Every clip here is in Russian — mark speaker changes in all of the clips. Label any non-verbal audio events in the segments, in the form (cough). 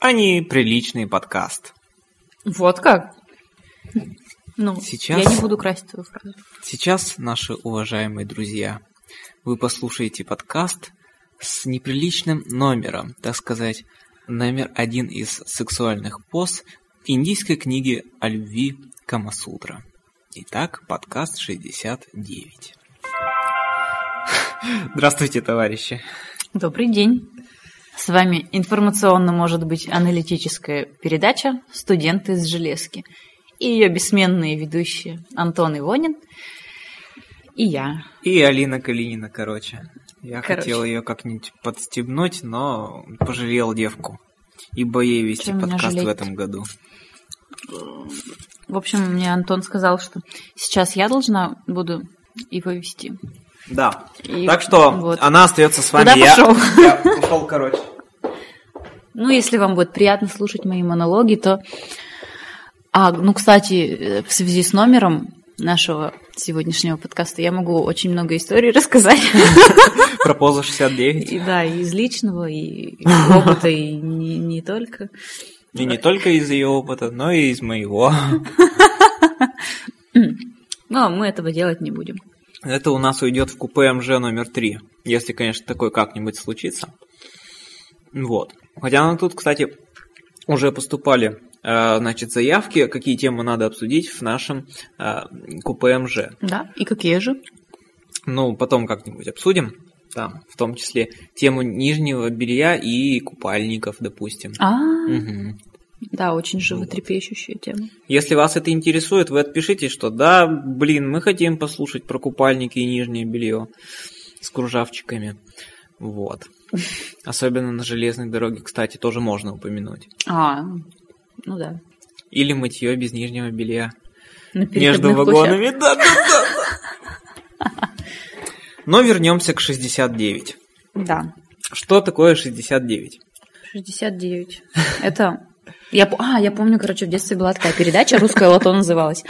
Speaker 1: Они а приличный подкаст.
Speaker 2: Вот как? Ну,
Speaker 1: Сейчас-
Speaker 2: я не буду красть твою фразу.
Speaker 1: Сейчас, наши уважаемые друзья, вы послушаете подкаст с неприличным номером, так сказать, номер один из сексуальных поз индийской книги о любви Камасутра. Итак, подкаст 69. Здравствуйте, товарищи.
Speaker 2: Добрый день. С вами информационно, может быть, аналитическая передача «Студенты из железки» и ее бессменные ведущие Антон Ивонин и я.
Speaker 1: И Алина Калинина, короче. Я
Speaker 2: Короче.
Speaker 1: хотел ее как-нибудь подстебнуть, но пожалел девку. Ибо ей вести
Speaker 2: Чем меня
Speaker 1: подкаст в
Speaker 2: жалеть?
Speaker 1: этом году.
Speaker 2: В общем, мне Антон сказал, что сейчас я должна буду его вести.
Speaker 1: Да.
Speaker 2: И
Speaker 1: так что
Speaker 2: вот.
Speaker 1: она остается с вами.
Speaker 2: Куда
Speaker 1: я,
Speaker 2: пошел?
Speaker 1: (laughs) я пошел,
Speaker 2: (laughs)
Speaker 1: короче.
Speaker 2: Ну, если вам будет приятно слушать мои монологи, то... А, ну, кстати, э, в связи с номером нашего сегодняшнего подкаста я могу очень много историй (laughs) рассказать.
Speaker 1: Про позу 69.
Speaker 2: И, да, и из личного, и из опыта, и не, не только.
Speaker 1: И не только из ее опыта, но и из моего.
Speaker 2: Но мы этого делать не будем.
Speaker 1: Это у нас уйдет в купе МЖ номер 3. Если, конечно, такое как-нибудь случится. Вот. Хотя нам тут, кстати, уже поступали э, значит, заявки, какие темы надо обсудить в нашем э, купе МЖ.
Speaker 2: Да, и какие же?
Speaker 1: Ну, потом как-нибудь обсудим. Там, в том числе, тему нижнего белья и купальников, допустим.
Speaker 2: А,
Speaker 1: Мгм.
Speaker 2: да, очень животрепещущая тема.
Speaker 1: Если вас это интересует, вы отпишите, что да, блин, мы хотим послушать про купальники и нижнее белье с кружавчиками.
Speaker 2: (laughs)
Speaker 1: Вот. Особенно на железной дороге, кстати, тоже можно упомянуть.
Speaker 2: А, ну да.
Speaker 1: Или мытье без нижнего белья.
Speaker 2: На
Speaker 1: Между
Speaker 2: переходных
Speaker 1: вагонами. Да, да, да,
Speaker 2: (laughs)
Speaker 1: да. Но вернемся к 69.
Speaker 2: площадках. Да.
Speaker 1: Что такое 69?
Speaker 2: 69. Это... Я, по- а, я помню, короче, в детстве была такая передача «Русское лото» называлась.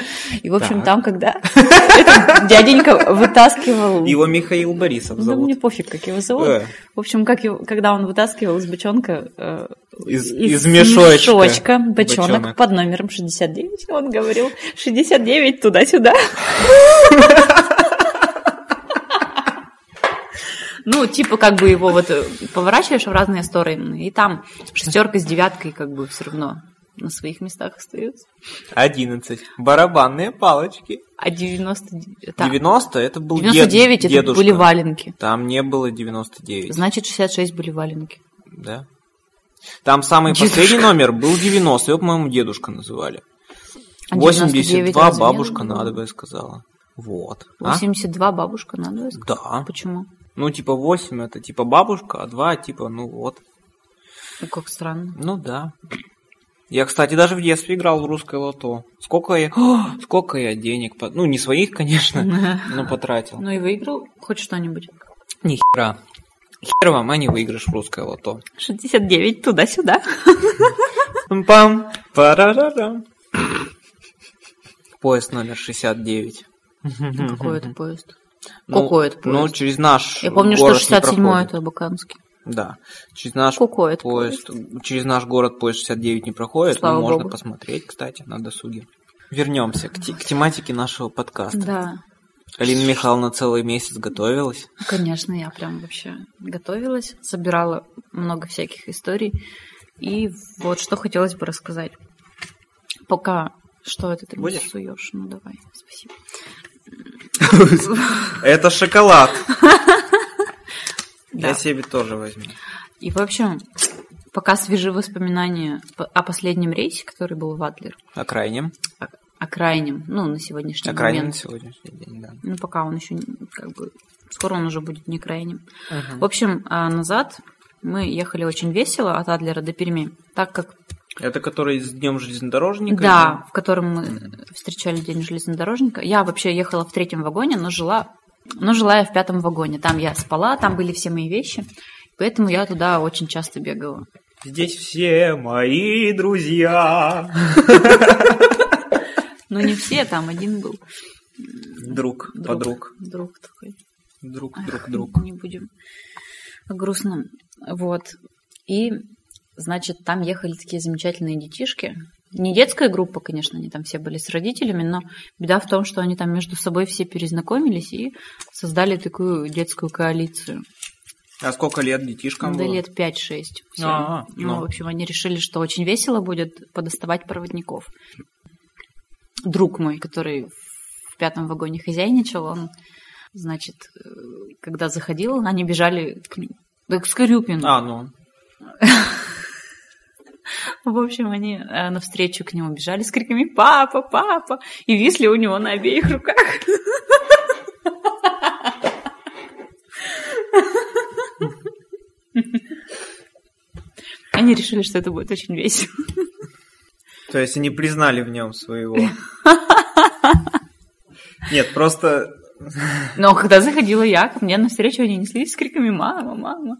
Speaker 2: И, в общем,
Speaker 1: Так.
Speaker 2: там, когда (laughs) этот дяденька вытаскивал...
Speaker 1: Его Михаил Борисов
Speaker 2: Да
Speaker 1: зовут.
Speaker 2: мне пофиг, как его зовут.
Speaker 1: Э,
Speaker 2: В общем, как его- когда он вытаскивал из бочонка... э,
Speaker 1: Из, из мешочка.
Speaker 2: мешочка бочонок,
Speaker 1: Бочонок.
Speaker 2: под номером 69, он говорил 69 туда-сюда. Ну, типа, как бы его вот э, поворачиваешь в разные стороны, и там шестерка с девяткой как бы все равно на своих местах остаются.
Speaker 1: 11. Барабанные палочки.
Speaker 2: А 90... это-
Speaker 1: 90 это был дед-
Speaker 2: 99 это
Speaker 1: дедушка.
Speaker 2: были валенки.
Speaker 1: Там не было 99,
Speaker 2: Значит, 66 были валенки.
Speaker 1: да? Там самый
Speaker 2: Дедушка.
Speaker 1: последний номер был 90, его, по-моему, дедушка называли.
Speaker 2: А 99
Speaker 1: 82
Speaker 2: разве не
Speaker 1: бабушка,
Speaker 2: было?
Speaker 1: надо бы сказала. Вот. А?
Speaker 2: 82 бабушка, надо сказать.
Speaker 1: Да.
Speaker 2: Почему?
Speaker 1: Ну, типа 8 это типа бабушка, а 2 типа, ну вот.
Speaker 2: Ну,
Speaker 1: (laughs)
Speaker 2: как странно.
Speaker 1: Ну да. Я, кстати, даже в детстве играл в русское лото. Сколько я, (gasps) сколько я денег, по- ну не своих, конечно, но потратил.
Speaker 2: Ну и выиграл хоть что-нибудь.
Speaker 1: Ни хера. Хер вам, а не выигрыш в русское лото.
Speaker 2: 69 туда-сюда.
Speaker 1: Пам, парарарам. Поезд номер 69.
Speaker 2: Ну, Какой это поезд?
Speaker 1: Ну,
Speaker 2: Какой это
Speaker 1: Ну,
Speaker 2: поезд?
Speaker 1: через наш
Speaker 2: Я помню, что
Speaker 1: город не
Speaker 2: 67
Speaker 1: проходит.
Speaker 2: это Абаканский.
Speaker 1: Да. Через наш
Speaker 2: Какой это
Speaker 1: поезд, через наш город поезд 69 не проходит,
Speaker 2: Слава
Speaker 1: но можно
Speaker 2: богу.
Speaker 1: посмотреть, кстати, на досуге. Вернемся к, те- к тематике нашего подкаста.
Speaker 2: Да,
Speaker 1: Алина Михайловна целый месяц готовилась.
Speaker 2: Ну, конечно, я прям вообще готовилась, собирала много всяких историй. И вот что хотелось бы рассказать. Пока что это ты мне
Speaker 1: Будешь?
Speaker 2: суешь? Ну давай, спасибо.
Speaker 1: Это (laughs) шоколад.
Speaker 2: Да.
Speaker 1: Я себе тоже возьму.
Speaker 2: И, в общем, пока свежи воспоминания по- о последнем рейсе, который был в Адлер,
Speaker 1: О крайнем.
Speaker 2: о, о крайнем, ну, на сегодняшний
Speaker 1: О крайнем на
Speaker 2: момент.
Speaker 1: сегодняшний день, да.
Speaker 2: Ну, пока он еще не- как бы... Скоро он уже будет не крайним.
Speaker 1: Мгм.
Speaker 2: В общем, а, назад мы ехали очень весело от Адлера до Перми, так как,
Speaker 1: Это который с днем железнодорожника?
Speaker 2: да, в котором мы встречали День железнодорожника. Я вообще ехала в третьем вагоне, но жила, но жила я в пятом вагоне. Там я спала, там были все мои вещи, поэтому я туда очень часто бегала.
Speaker 1: Здесь все мои друзья.
Speaker 2: Ну, не все, там один был.
Speaker 1: Друг, подруг.
Speaker 2: Друг такой.
Speaker 1: Друг,
Speaker 2: Ах,
Speaker 1: друг, друг.
Speaker 2: Не будем о грустном. Вот. И Значит, там ехали такие замечательные детишки. Не детская группа, конечно, они там все были с родителями, но беда в том, что они там между собой все перезнакомились и создали такую детскую коалицию.
Speaker 1: А сколько лет детишкам
Speaker 2: да
Speaker 1: было?
Speaker 2: лет 5-6. всё.
Speaker 1: А,
Speaker 2: ну,
Speaker 1: ну.
Speaker 2: в общем, они решили, что очень весело будет подоставать проводников. Друг мой, который в пятом вагоне хозяйничал, он, значит, э, когда заходил, они бежали к, н- да к Скрюпину.
Speaker 1: А, ну.
Speaker 2: В общем, они э, навстречу к нему бежали с криками «Папа! Папа!» и висли у него на обеих руках. Они решили, что это будет очень весело.
Speaker 1: То есть они признали в нем
Speaker 2: (laughs)
Speaker 1: своего. Нет, просто
Speaker 2: Но когда заходила я, ко мне навстречу они неслись с криками «Мама! Мама!»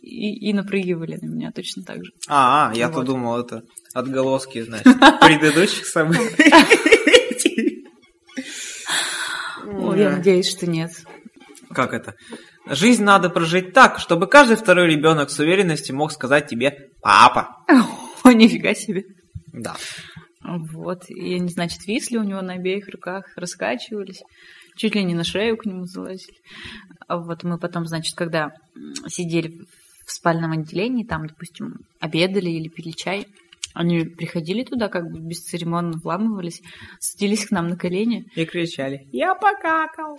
Speaker 2: и, и напрыгивали на меня точно так же.
Speaker 1: А, а я
Speaker 2: Вот.
Speaker 1: то думал, это отголоски, значит, предыдущих событий.
Speaker 2: Ой, я надеюсь, что нет.
Speaker 1: Как это? Жизнь надо прожить так, чтобы каждый второй ребенок с уверенностью мог сказать тебе «папа».
Speaker 2: О, нифига себе.
Speaker 1: Да.
Speaker 2: Вот, и они, значит, висли у него на обеих руках, раскачивались, чуть ли не на шею к нему залазили. А Вот мы потом, значит, когда м, сидели в спальном отделении, там, допустим, обедали или пили чай, они приходили туда, как бы бесцеремонно вламывались, садились к нам на колени,
Speaker 1: И кричали «Я покакал».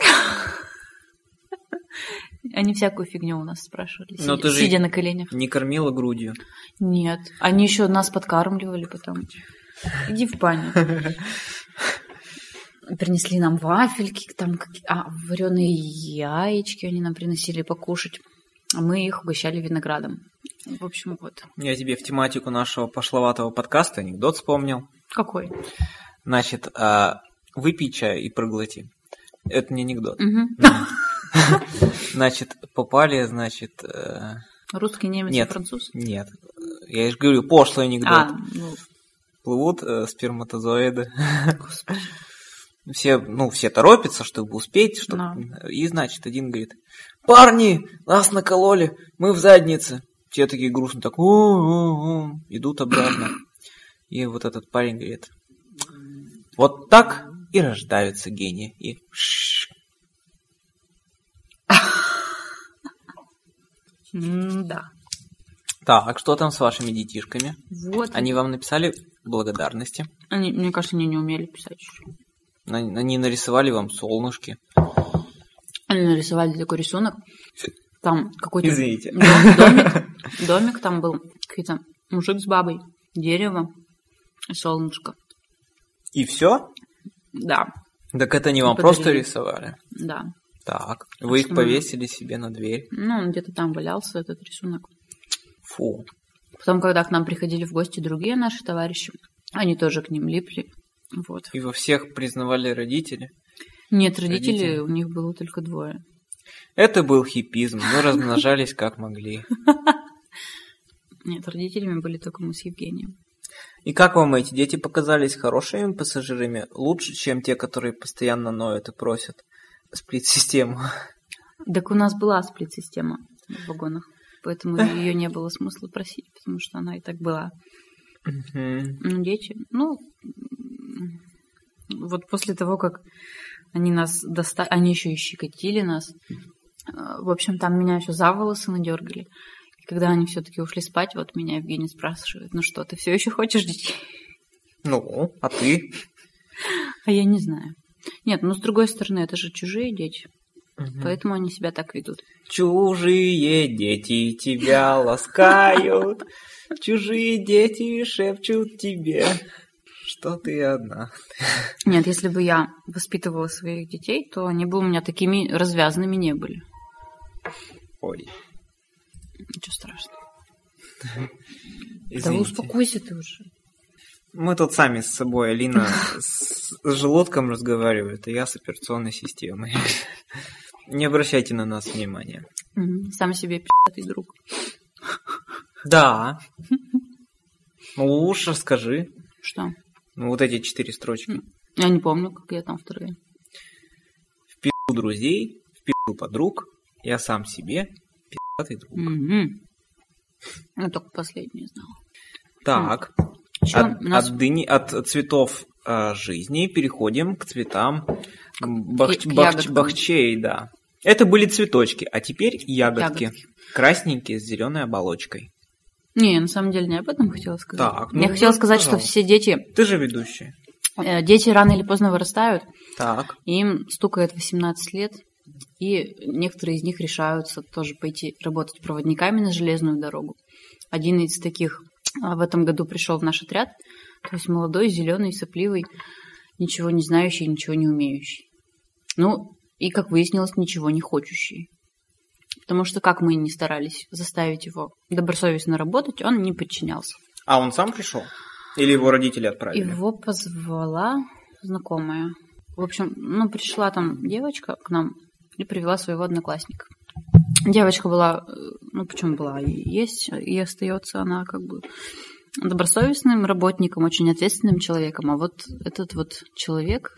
Speaker 2: они всякую фигню у нас спрашивали,
Speaker 1: Но
Speaker 2: сидя,
Speaker 1: ты же-
Speaker 2: сидя на коленях.
Speaker 1: Не кормила грудью.
Speaker 2: Нет, они еще нас подкармливали потом. Иди в баню. Принесли нам вафельки, там какие- а, вареные яички они нам приносили покушать. А мы их угощали виноградом. В общем, вот.
Speaker 1: Я тебе в тематику нашего пошловатого подкаста анекдот вспомнил.
Speaker 2: Какой?
Speaker 1: Значит, а, выпей чаю и проглоти. Это не анекдот.
Speaker 2: Мгм.
Speaker 1: Значит, попали, значит... э,
Speaker 2: Русский, немец и
Speaker 1: Нет.
Speaker 2: француз?
Speaker 1: Нет. Я же говорю, пошлый анекдот.
Speaker 2: А, ну,
Speaker 1: плывут э, сперматозоиды. (laughs) Все, ну, все торопятся, чтобы успеть, чтоб-
Speaker 2: Да.
Speaker 1: И, значит, один говорит, парни, нас накололи, мы в заднице. Все такие грустно, так, «О, о, о», идут обратно. И вот этот парень говорит, вот так и рождаются гении. И «Шш».
Speaker 2: м, да.
Speaker 1: Так, что там с вашими детишками?
Speaker 2: Вот.
Speaker 1: Они вам написали благодарности?
Speaker 2: Они, мне кажется, они не умели писать еще.
Speaker 1: Они они нарисовали вам солнышки?
Speaker 2: Они нарисовали такой рисунок. Там какой-то
Speaker 1: Извините.
Speaker 2: дом- домик,
Speaker 1: (laughs)
Speaker 2: домик там был. Какие-то мужик с бабой, дерево, и солнышко.
Speaker 1: И все?
Speaker 2: Да,
Speaker 1: Так это не вам
Speaker 2: Подарили.
Speaker 1: просто рисовали.
Speaker 2: да.
Speaker 1: Так. Вы их
Speaker 2: что мы-
Speaker 1: повесили себе на дверь.
Speaker 2: Ну, он где-то там валялся, этот рисунок.
Speaker 1: Фу.
Speaker 2: Потом, когда к нам приходили в гости другие наши товарищи, они тоже к ним липли. Вот.
Speaker 1: И во всех признавали родители.
Speaker 2: Нет, родителей
Speaker 1: Родители.
Speaker 2: у них было только двое.
Speaker 1: Это был хипизм. Мы размножались как могли.
Speaker 2: Нет, родителями были только мы с Евгением.
Speaker 1: И как вам эти дети показались хорошими пассажирами? Лучше, чем те, которые постоянно ноют и просят сплит-систему.
Speaker 2: Так у нас была сплит-система в вагонах, поэтому ее не было смысла просить, потому что она и так была.
Speaker 1: Мгм.
Speaker 2: Ну, дети. Ну, м, вот после того, как они нас достали, они еще и щекотили нас. Э, В общем, там меня еще за волосы надергали. И когда они все-таки ушли спать, вот меня Евгений спрашивает, ну что, ты все еще хочешь детей?
Speaker 1: Ну, а ты?
Speaker 2: А я не знаю. Нет, ну с другой стороны, это же чужие дети,
Speaker 1: Мгм.
Speaker 2: поэтому они себя так ведут.
Speaker 1: Чужие дети тебя ласкают. Чужие дети шепчут тебе, что ты одна.
Speaker 2: Нет, если бы я воспитывала своих детей, то они бы у меня такими развязанными не были.
Speaker 1: Ой,
Speaker 2: Ничего страшного. Да
Speaker 1: извините.
Speaker 2: успокойся ты уже.
Speaker 1: Мы тут сами с собой, Алина с с желудком разговаривает, а я с операционной системой. (laughs) Не обращайте на нас внимания.
Speaker 2: Мгм. Сам себе пи***тый друг.
Speaker 1: Да. Ну лучше скажи.
Speaker 2: Что?
Speaker 1: Ну вот эти четыре строчки.
Speaker 2: Я не помню, как я там вторые.
Speaker 1: В пи***у друзей, в пи***у подруг, я сам себе, пи***тый друг.
Speaker 2: Мгм. Я только последнюю знала.
Speaker 1: Так,
Speaker 2: Ещё
Speaker 1: от,
Speaker 2: у нас
Speaker 1: от дыни- от цветов э, жизни переходим к цветам бах-
Speaker 2: к
Speaker 1: бах-
Speaker 2: ягодкам.
Speaker 1: бахчей, да. Это были цветочки, а теперь ягодки.
Speaker 2: ягодки.
Speaker 1: Красненькие с зеленой оболочкой.
Speaker 2: Не, я на самом деле не об этом хотела сказать.
Speaker 1: Так, ну,
Speaker 2: я хотела сказать, что
Speaker 1: пожалуйста.
Speaker 2: все дети,
Speaker 1: Ты же ведущая.
Speaker 2: э, дети рано или поздно вырастают,
Speaker 1: Так.
Speaker 2: и им стукает 18 лет, и некоторые из них решаются тоже пойти работать проводниками на железную дорогу. Один из таких а, в этом году пришел в наш отряд, то есть молодой, зеленый, сопливый, ничего не знающий, ничего не умеющий. Ну, и, как выяснилось, ничего не хочущий. Потому что, как мы и не старались заставить его добросовестно работать, он не подчинялся.
Speaker 1: А он сам пришел? Или его родители отправили?
Speaker 2: Его позвала знакомая. В общем, ну, пришла там девочка к нам и привела своего одноклассника. Девочка была, э, ну, почему была, и есть, и остается она как бы добросовестным работником, очень ответственным человеком. А вот этот вот человек,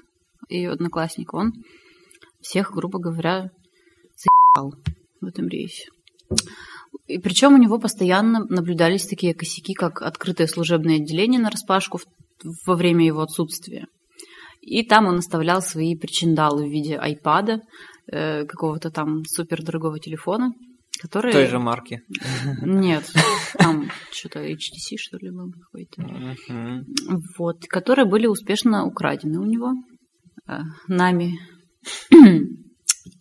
Speaker 2: ее одноклассник, он всех, грубо говоря, заебал в этом рейсе. И причем у него постоянно наблюдались такие косяки, как открытое служебное отделение на распашку во время его отсутствия. И там он оставлял свои причиндалы в виде айпада, э, какого-то там супердорогого телефона, который...
Speaker 1: Той же марки.
Speaker 2: Нет, там что-то HTC, что ли, был какой-то.
Speaker 1: Мгм.
Speaker 2: Вот, которые были успешно украдены у него э, нами (clears throat)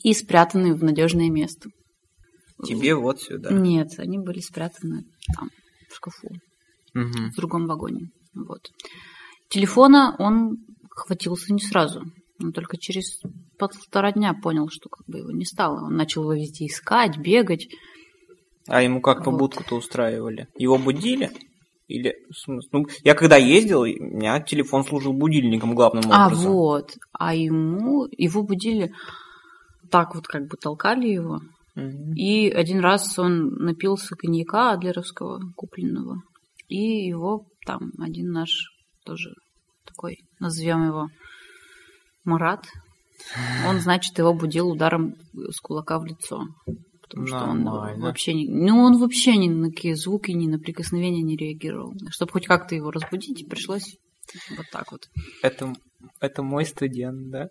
Speaker 2: и спрятаны в надежное место.
Speaker 1: Тебе вот сюда.
Speaker 2: Нет, они были спрятаны там, в шкафу,
Speaker 1: Мгм.
Speaker 2: в другом вагоне. Вот. Телефона он хватился не сразу. Он только через полтора дня понял, что как бы его не стало. Он начал его везде искать, бегать.
Speaker 1: А ему как
Speaker 2: Вот.
Speaker 1: побудку-то устраивали? Его будили? Или в смысле? Ну, я когда ездил, у меня телефон служил будильником главным
Speaker 2: А
Speaker 1: образом.
Speaker 2: вот, а ему, его будили, так вот как бы толкали его,
Speaker 1: Мгм.
Speaker 2: И один раз он напился коньяка адлеровского купленного. И его там один наш тоже такой, назовем его Марат. Он, значит, его будил ударом с кулака в лицо. Потому что он
Speaker 1: Нормально.
Speaker 2: вообще не... Ну, он вообще ни на какие звуки, ни на прикосновения не реагировал. Чтобы хоть как-то его разбудить, пришлось вот так вот.
Speaker 1: Это, это мой студент, да?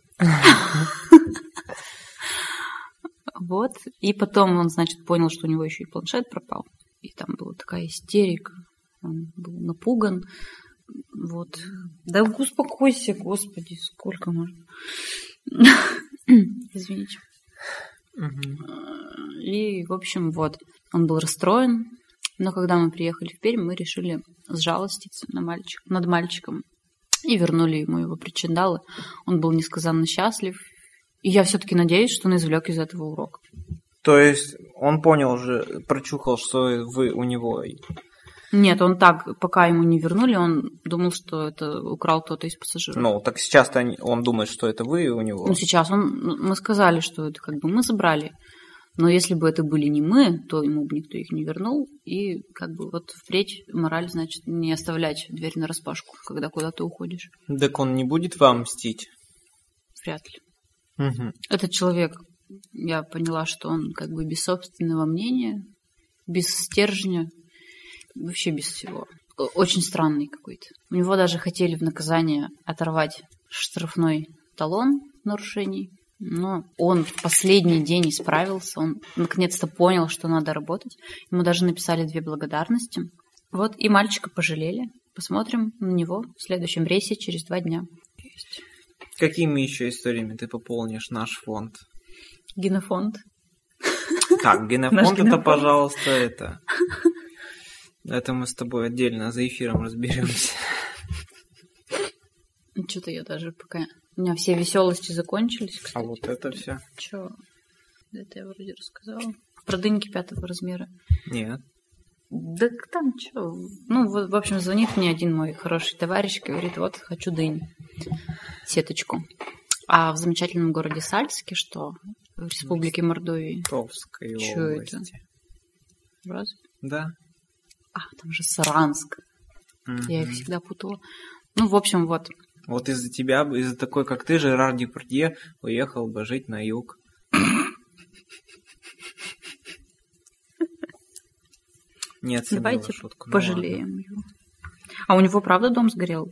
Speaker 2: Вот. И потом он, значит, понял, что у него еще и планшет пропал. И там была такая истерика. Он был напуган. Вот. Да успокойся, господи, сколько можно. Извините.
Speaker 1: Мгм.
Speaker 2: И, в общем, вот. Он был расстроен. Но когда мы приехали в Пермь, мы решили сжалоститься на мальчик, над мальчиком. И вернули ему его причиндалы. Он был несказанно счастлив. И я все-таки надеюсь, что он извлек из этого урок.
Speaker 1: То есть он понял же, прочухал, что вы у него.
Speaker 2: Нет, он так, пока ему не вернули, он думал, что это украл кто-то из пассажиров.
Speaker 1: Ну, так сейчас-то они- он думает, что это вы у него.
Speaker 2: Ну, сейчас он, ну, мы сказали, что это как бы мы забрали, но если бы это были не мы, то ему бы никто их не вернул, и как бы вот впредь мораль, значит, не оставлять дверь на распашку, когда куда-то уходишь.
Speaker 1: Так он не будет вам мстить?
Speaker 2: Вряд ли.
Speaker 1: Мгм.
Speaker 2: Этот человек, я поняла, что он как бы без собственного мнения, без стержня, вообще без всего. О- Очень странный какой-то. У него даже хотели в наказание оторвать штрафной талон нарушений. Но он в последний день исправился, он наконец-то понял, что надо работать. Ему даже написали две благодарности. Вот и мальчика пожалели. Посмотрим на него в следующем рейсе через два дня. То есть
Speaker 1: Какими еще историями ты пополнишь наш
Speaker 2: (laughs)
Speaker 1: фонд?
Speaker 2: Генофонд.
Speaker 1: Так,
Speaker 2: Наш
Speaker 1: генофонд это,
Speaker 2: генофонд.
Speaker 1: пожалуйста, это. Это мы с тобой отдельно за эфиром разберемся.
Speaker 2: Что-то Ну, я даже пока... У меня все веселости закончились.
Speaker 1: А
Speaker 2: кстати.
Speaker 1: вот это все.
Speaker 2: Чё? Это я вроде рассказала. Про дыньки пятого размера.
Speaker 1: Нет.
Speaker 2: Да к- там чё? Ну, вот, в общем, звонит мне один мой хороший товарищ, говорит, вот, хочу дынь. Сеточку. А в замечательном городе Сальске, что в республике Мордовии.
Speaker 1: Товской
Speaker 2: Чё
Speaker 1: области.
Speaker 2: это? Раз.
Speaker 1: Да.
Speaker 2: А, там же Саранск. Я их
Speaker 1: Мгм.
Speaker 2: всегда путала. Ну, в общем, вот.
Speaker 1: Вот из-за тебя, бы- из-за такой, как ты, Жерар Депардье, уехал бы жить на юг. Не оценила
Speaker 2: Давайте
Speaker 1: шутку. ну
Speaker 2: пожалеем его. А у него, правда, дом сгорел?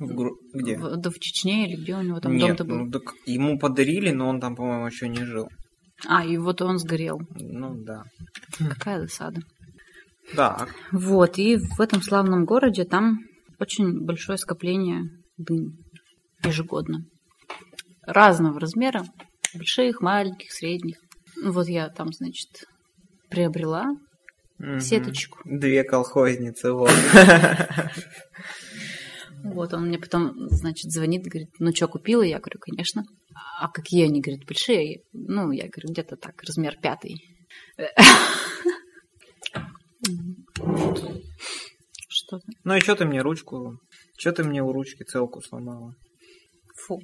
Speaker 1: ладно. В Гру- Где?
Speaker 2: В- да в Чечне или где у него там
Speaker 1: Нет,
Speaker 2: дом-то был?
Speaker 1: ну так ему подарили, но он там, по-моему, еще не жил.
Speaker 2: А, и вот он сгорел.
Speaker 1: Ну да.
Speaker 2: Какая досада.
Speaker 1: Так.
Speaker 2: Вот, и в этом славном городе там очень большое скопление дынь ежегодно. Разного размера, больших, маленьких, средних. Вот я там, значит, приобрела
Speaker 1: Мгм.
Speaker 2: сеточку.
Speaker 1: Две колхозницы, вот.
Speaker 2: (laughs) Вот, он мне потом, значит, звонит, говорит, ну что, купила? Я говорю, конечно. А какие они, говорит, большие? Ну, я говорю, где-то так, размер пятый. (laughs) Что-то.
Speaker 1: Ну и что ты мне ручку... Че ты мне у ручки целку сломала?
Speaker 2: Фу.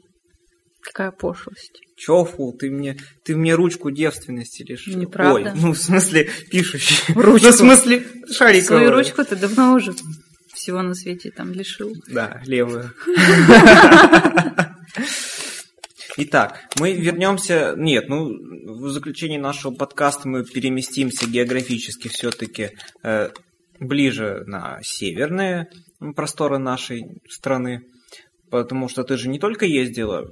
Speaker 2: Какая пошлость.
Speaker 1: Чё, фу, ты мне, ты мне ручку девственности лишила.
Speaker 2: Неправда.
Speaker 1: Ой, ну в смысле пишущей.
Speaker 2: (laughs) Ручку.
Speaker 1: Ну в смысле шариковую.
Speaker 2: Свою ручку ты давно уже всего на свете там лишил.
Speaker 1: Да,
Speaker 2: (laughs)
Speaker 1: левую. Итак, мы вернемся. Нет, ну в заключении нашего подкаста мы переместимся географически все-таки ближе на северные просторы нашей страны, потому что ты же не только ездила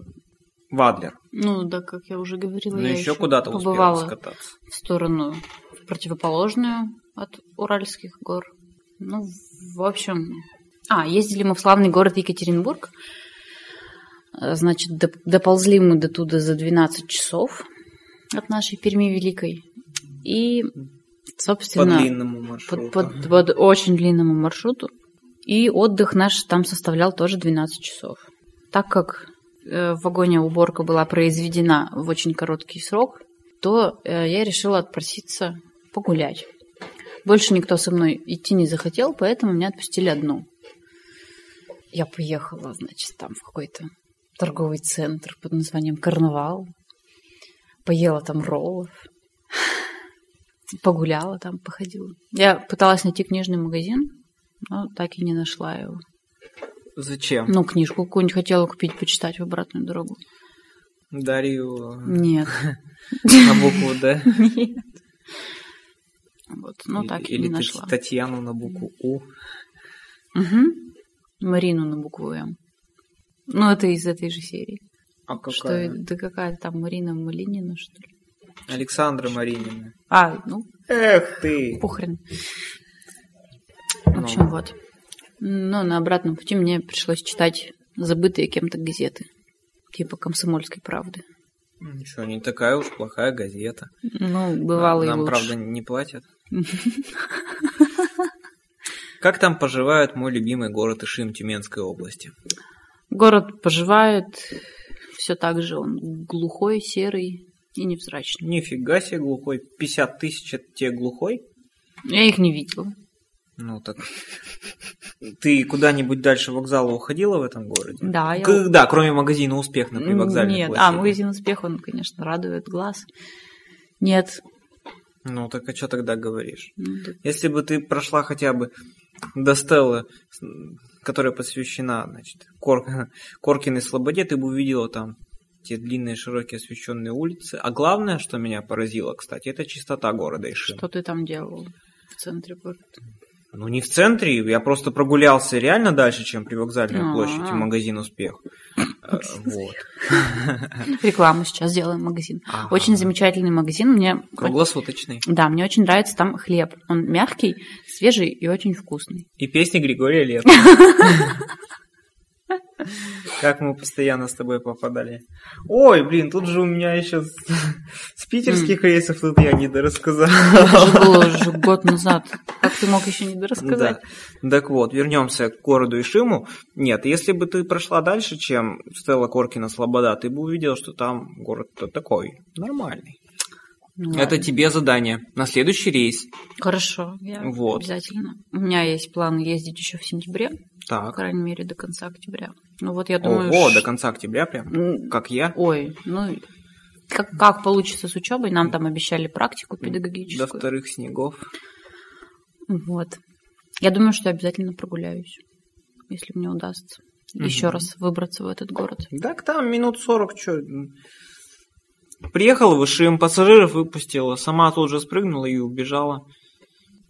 Speaker 1: в Адлер,
Speaker 2: Ну да, как я уже говорила,
Speaker 1: но
Speaker 2: Ну, я
Speaker 1: еще Ну, куда-то успела
Speaker 2: побывала
Speaker 1: скататься.
Speaker 2: в сторону противоположную от Уральских гор. Ну, в общем... А, ездили мы в славный город Екатеринбург. Э, Значит, доп- доползли мы до туда за 12 часов от нашей Перми Великой. И,
Speaker 1: По
Speaker 2: собственно...
Speaker 1: длинному маршруту.
Speaker 2: под, под- под очень длинному маршруту. И отдых наш там составлял тоже 12 часов. Так как э, в вагоне уборка была произведена в очень короткий срок, то э, я решила отпроситься погулять. Больше никто со мной идти не захотел, поэтому меня отпустили одну. Я поехала, значит, там в какой-то торговый центр под названием «Карнавал». Поела там роллов, погуляла там, походила. Я пыталась найти книжный магазин, но так и не нашла его.
Speaker 1: Зачем?
Speaker 2: Ну, книжку какую-нибудь хотела купить, почитать в обратную дорогу.
Speaker 1: Дарью
Speaker 2: (laughs)
Speaker 1: э,
Speaker 2: Нет.
Speaker 1: на букву Д.
Speaker 2: Нет. Вот, (laughs) ну
Speaker 1: Или-
Speaker 2: так и
Speaker 1: Или
Speaker 2: не
Speaker 1: Тат-
Speaker 2: нашла.
Speaker 1: Татьяну на букву У.
Speaker 2: Мгм. Марину на букву М. Ну, это из этой же серии.
Speaker 1: А
Speaker 2: Что,
Speaker 1: какая?
Speaker 2: это- да какая там Марина Малинина, что ли?
Speaker 1: Александра Маринина.
Speaker 2: А, ну,
Speaker 1: Эх ты!
Speaker 2: похрен. В
Speaker 1: Ну.
Speaker 2: общем, вот. Но на обратном пути мне пришлось читать забытые кем-то газеты. Типа «Комсомольской правды».
Speaker 1: Ну, Ничего, не такая уж плохая газета.
Speaker 2: Ну, бывало и
Speaker 1: Нам,
Speaker 2: лучше.
Speaker 1: правда, не
Speaker 2: (laughs)
Speaker 1: платят. Как там поживает мой любимый город Ишим Тюменской области?
Speaker 2: Город поживает, все так же он глухой, серый и невзрачный.
Speaker 1: Нифига себе глухой. 50 тысяч это тебе глухой?
Speaker 2: Я их не видела.
Speaker 1: Ну так... Ты куда-нибудь дальше вокзала уходила в этом городе?
Speaker 2: Да, я...
Speaker 1: К- Да, кроме магазина «Успех» на привокзальной
Speaker 2: Нет, а,
Speaker 1: площади.
Speaker 2: магазин «Успех», он, конечно, радует глаз. Нет.
Speaker 1: Ну так а что тогда говоришь?
Speaker 2: Ну, да.
Speaker 1: Если бы ты прошла хотя бы до Стеллы, с- м, которая посвящена, значит, Кор- (laughs) Коркиной Слободе, ты бы увидела там те длинные широкие освещенные улицы. А главное, что меня поразило, кстати, это чистота города Ишим.
Speaker 2: Что ты там делал в центре города?
Speaker 1: Ну не в центре, я просто прогулялся реально дальше, чем при
Speaker 2: А.
Speaker 1: вокзальной площади, магазин «Успех». Э, Вот.
Speaker 2: Рекламу сейчас делаем магазин.
Speaker 1: Ага.
Speaker 2: Очень замечательный магазин. Мне
Speaker 1: Круглосуточный.
Speaker 2: да, мне очень нравится там хлеб. Он мягкий, свежий и очень вкусный.
Speaker 1: (laughs) И песни Григория Лет.
Speaker 2: (laughs)
Speaker 1: Как мы постоянно с тобой попадали. Ой, блин, тут же у меня еще с, с питерских рейсов тут я не дорассказал.
Speaker 2: Это же было уже год назад. Как ты мог еще не дорассказать?
Speaker 1: Да. Так вот, вернемся к городу Ишиму. Нет, если бы ты прошла дальше, чем Стелла Коркина Слобода, ты бы увидел, что там город-то такой, нормальный.
Speaker 2: Ну,
Speaker 1: Это
Speaker 2: ладно.
Speaker 1: тебе задание на следующий рейс.
Speaker 2: Хорошо, я
Speaker 1: Вот.
Speaker 2: обязательно. У меня есть план ездить еще в сентябре, по
Speaker 1: Так.
Speaker 2: крайней мере, до конца октября. Ну вот я думаю...
Speaker 1: Ого,
Speaker 2: ш-
Speaker 1: до конца октября прям,
Speaker 2: М,
Speaker 1: как я.
Speaker 2: Ой, ну как, как получится с учебой? Нам там обещали практику
Speaker 1: До
Speaker 2: педагогическую.
Speaker 1: вторых снегов.
Speaker 2: Вот. Я думаю, что я обязательно прогуляюсь, если мне удастся
Speaker 1: Мгм.
Speaker 2: еще раз выбраться в этот город.
Speaker 1: Так там минут 40, что. Приехал в Ишим, пассажиров выпустила, сама тут же спрыгнула и убежала.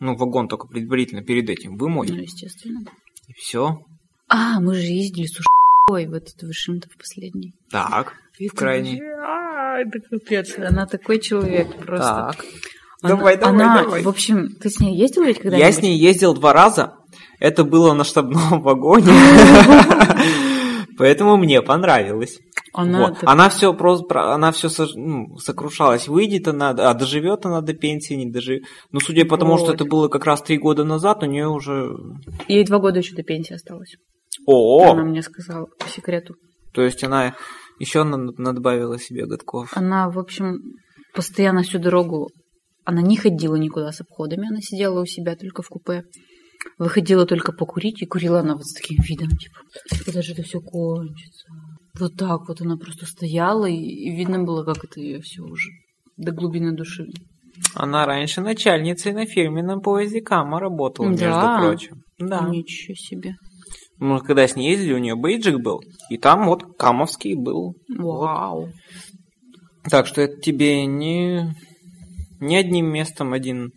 Speaker 1: ну, вагон только предварительно перед этим
Speaker 2: Ну,
Speaker 1: вымой,
Speaker 2: естественно.
Speaker 1: и все.
Speaker 2: А, мы же ездили с ушой в этот Вышимто в последний.
Speaker 1: Так, и в крайний.
Speaker 2: Ай, да капец, она такой человек просто.
Speaker 1: Так.
Speaker 2: Она-
Speaker 1: Давай, давай,
Speaker 2: она,
Speaker 1: давай.
Speaker 2: В общем, ты с ней ездил ведь когда-нибудь?
Speaker 1: Я с ней ездил два раза. Это было на штабном (laughs)
Speaker 2: (laughs)
Speaker 1: вагоне. Поэтому мне понравилось.
Speaker 2: Она,
Speaker 1: Вот.
Speaker 2: так-
Speaker 1: Она все просто, она все сокрушалась, выйдет она, а доживет она до пенсии, не доживет. Ну, судя по тому, что
Speaker 2: Вот.
Speaker 1: это было как раз три года назад, у нее уже
Speaker 2: Ей два года еще до пенсии осталось. Она
Speaker 1: ООО.
Speaker 2: мне сказала по секрету.
Speaker 1: То есть она еще на- надбавила себе годков.
Speaker 2: Она, в общем, постоянно всю дорогу, она не ходила никуда с обходами, она сидела у себя только в купе. Выходила только покурить, и курила она вот с таким видом, типа, когда же это все кончится. Вот так вот она просто стояла, и, и видно было, как это ее все уже до глубины души.
Speaker 1: Она раньше начальницей на фирменном поезде Кама работала,
Speaker 2: Да.
Speaker 1: между прочим. Да.
Speaker 2: Ничего себе.
Speaker 1: Мы когда с ней ездили, у нее бейджик был, и там вот Камовский был.
Speaker 2: Вау.
Speaker 1: Так что это тебе не, не одним местом один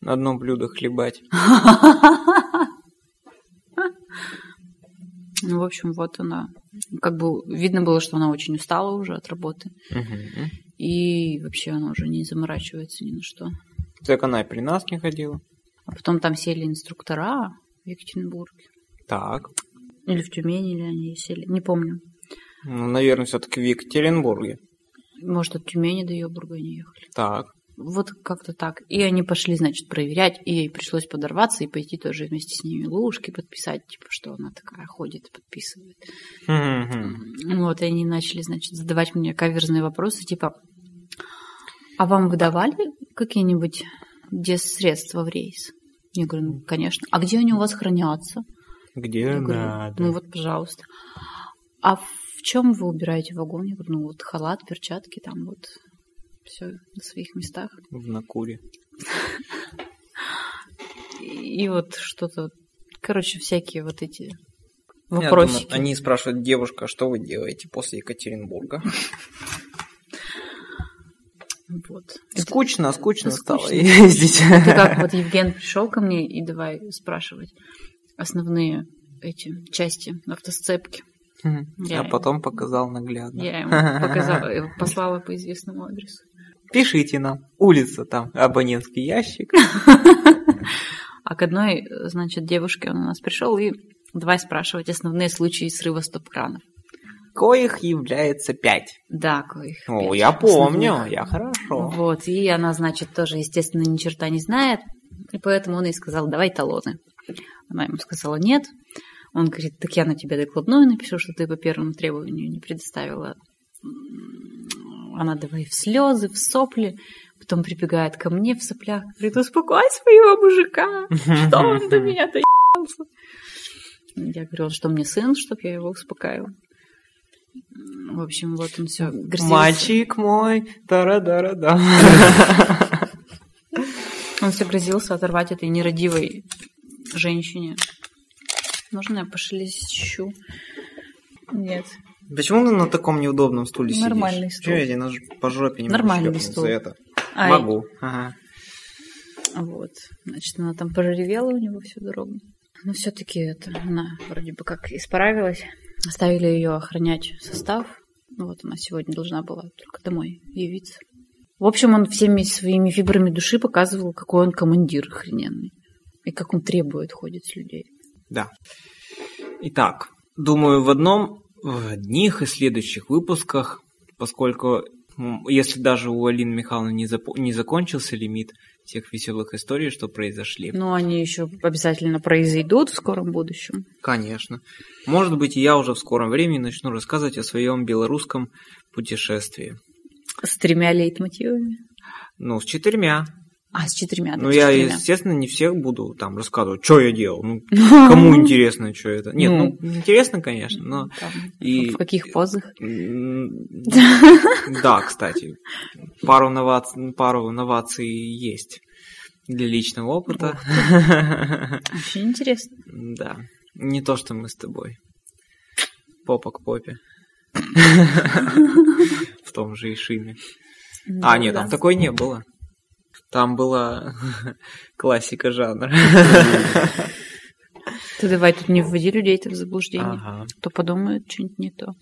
Speaker 1: на одно блюдо хлебать.
Speaker 2: А. Ну, в общем, вот она. Как бы видно было, что она очень устала уже от работы.
Speaker 1: Мгм.
Speaker 2: И вообще она уже не заморачивается ни на что.
Speaker 1: Так она и при нас не ходила.
Speaker 2: А потом там сели инструктора в Екатеринбурге.
Speaker 1: Так.
Speaker 2: Или в Тюмени, или они сели. Не помню.
Speaker 1: Ну, наверное, все-таки в Екатеринбурге.
Speaker 2: Может, от Тюмени до Йобурга они ехали.
Speaker 1: Так.
Speaker 2: Вот как-то так. И они пошли, значит, проверять. И ей пришлось подорваться и пойти тоже вместе с ними ложки подписать. Типа, что она такая ходит и подписывает.
Speaker 1: Мгм.
Speaker 2: Вот, и они начали, значит, задавать мне каверзные вопросы, типа, а вам выдавали какие-нибудь дес-средства в рейс? Я говорю, ну, конечно. А где они у вас хранятся?
Speaker 1: Где
Speaker 2: Я говорю,
Speaker 1: надо?
Speaker 2: ну вот, пожалуйста. А в чем вы убираете вагон? Я говорю, ну вот халат, перчатки, там вот все на своих местах.
Speaker 1: В Накуре.
Speaker 2: И, и вот что-то, короче, всякие вот эти
Speaker 1: Я
Speaker 2: ну, вопросики.
Speaker 1: думаю, они спрашивают, девушка, что вы делаете после Екатеринбурга?
Speaker 2: Вот.
Speaker 1: (laughs)
Speaker 2: Это-
Speaker 1: Скучно, скучно
Speaker 2: это
Speaker 1: стало
Speaker 2: скучно.
Speaker 1: ездить.
Speaker 2: Это
Speaker 1: (laughs)
Speaker 2: как вот Евген пришел ко мне и давай спрашивать основные эти части автосцепки. Я
Speaker 1: А
Speaker 2: им-
Speaker 1: потом показал наглядно. (laughs)
Speaker 2: Я ему показала, э, послала по известному адресу.
Speaker 1: Пишите нам. Улица там, абонентский ящик. (laughs)
Speaker 2: А к одной, значит, девушке он у нас пришел и давай спрашивать основные случаи срыва стоп-кранов.
Speaker 1: Коих является пять.
Speaker 2: Да, коих.
Speaker 1: О,
Speaker 2: пять
Speaker 1: я помню,
Speaker 2: основных.
Speaker 1: я хорошо.
Speaker 2: Вот, и она, значит, тоже, естественно, ни черта не знает, и поэтому он ей сказал, давай талоны. Она ему сказала, нет. Он говорит, так я на тебя докладную напишу, что ты по первому требованию не предоставила. М, Она давай в слезы, в сопли, потом прибегает ко мне в соплях, говорит, успокой своего мужика,
Speaker 1: (laughs)
Speaker 2: что он до меня доебался. Я говорю, он что, мне сын, чтоб я его успокаивала. М, В общем, вот он все
Speaker 1: Мальчик мой, тара-дара-да.
Speaker 2: Он все грозился оторвать этой нерадивой женщине. Можно я пошелещу? Нет.
Speaker 1: Почему ты на таком неудобном стуле сидишь?
Speaker 2: Нормальный стул.
Speaker 1: Чё я тебе на ж- по жопе не могу
Speaker 2: Нормальный
Speaker 1: шлепнуть
Speaker 2: стул. А,
Speaker 1: за это?
Speaker 2: Ай.
Speaker 1: Могу. Ага.
Speaker 2: Вот. Значит, она там проревела у него всю дорогу. Но все-таки это она вроде бы как исправилась. Оставили ее охранять состав. Ну Вот она сегодня должна была только домой явиться. В общем, он всеми своими фибрами души показывал, какой он командир охрененный. И как он требует ходит с людей.
Speaker 1: Да. Итак, думаю, в одном в одних и следующих выпусках, поскольку м, если даже у Алины Михайловны не, запо- не закончился лимит тех веселых историй, что произошли.
Speaker 2: Но они еще обязательно произойдут в скором будущем.
Speaker 1: Конечно. Может быть, и я уже в скором времени начну рассказывать о своем белорусском путешествии.
Speaker 2: С тремя лейтмотивами.
Speaker 1: Ну, с четырьмя.
Speaker 2: А, с четырьмя. да,
Speaker 1: Ну,
Speaker 2: с
Speaker 1: я,
Speaker 2: четырьмя.
Speaker 1: естественно, не всех буду там рассказывать, что я делал. Ну, кому интересно, что это. Нет, ну, интересно, конечно, но...
Speaker 2: Там,
Speaker 1: и-
Speaker 2: В каких позах?
Speaker 1: м, Да, кстати, пару, новаций, пару новаций есть для личного опыта.
Speaker 2: Очень интересно.
Speaker 1: (laughs) Да, не то, что мы с тобой. Попа к попе. (laughs) В том же А, Ишиме. А,
Speaker 2: Ну,
Speaker 1: нет,
Speaker 2: да.
Speaker 1: там такой не было. Там была (laughs) классика жанра.
Speaker 2: Ты давай тут не вводи людей-то в заблуждение.
Speaker 1: Ага.
Speaker 2: То подумают что-нибудь не то.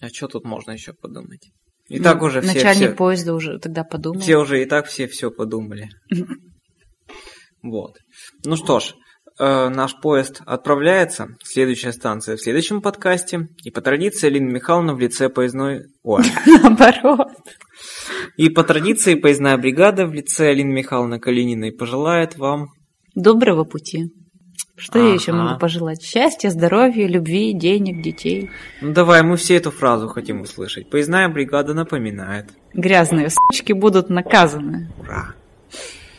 Speaker 1: А что тут можно еще подумать? И
Speaker 2: Ну,
Speaker 1: так уже все-
Speaker 2: Начальник
Speaker 1: все...
Speaker 2: поезда уже тогда подумал.
Speaker 1: Все уже и так все все подумали. Вот. Ну что ж, э, наш поезд отправляется. Следующая станция в следующем подкасте. И по традиции Лина Михайловна в лице поездной... Ой.
Speaker 2: Наоборот.
Speaker 1: И по традиции поездная бригада в лице Лины Михайловны Калининой пожелает вам...
Speaker 2: Доброго пути. Что я еще
Speaker 1: Ага.
Speaker 2: могу пожелать? Счастья, здоровья, любви, денег, детей.
Speaker 1: Ну давай, мы все эту фразу хотим услышать. Поездная бригада напоминает.
Speaker 2: Грязные сучки будут наказаны.
Speaker 1: Ура. (laughs)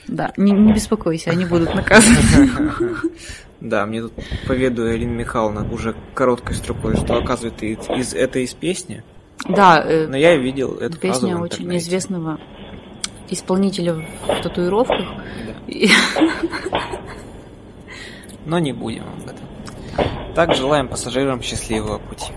Speaker 2: Да, не, не беспокойся, они будут наказаны.
Speaker 1: Да, мне тут поведует Лина Михайловна уже короткой строкой, что оказывает и- из, это из песни.
Speaker 2: Да, э,
Speaker 1: Но я видел эту фразу в
Speaker 2: песня очень
Speaker 1: интернете.
Speaker 2: известного исполнителя в татуировках.
Speaker 1: Да.
Speaker 2: И-
Speaker 1: но не будем об этом. Так желаем пассажирам счастливого пути.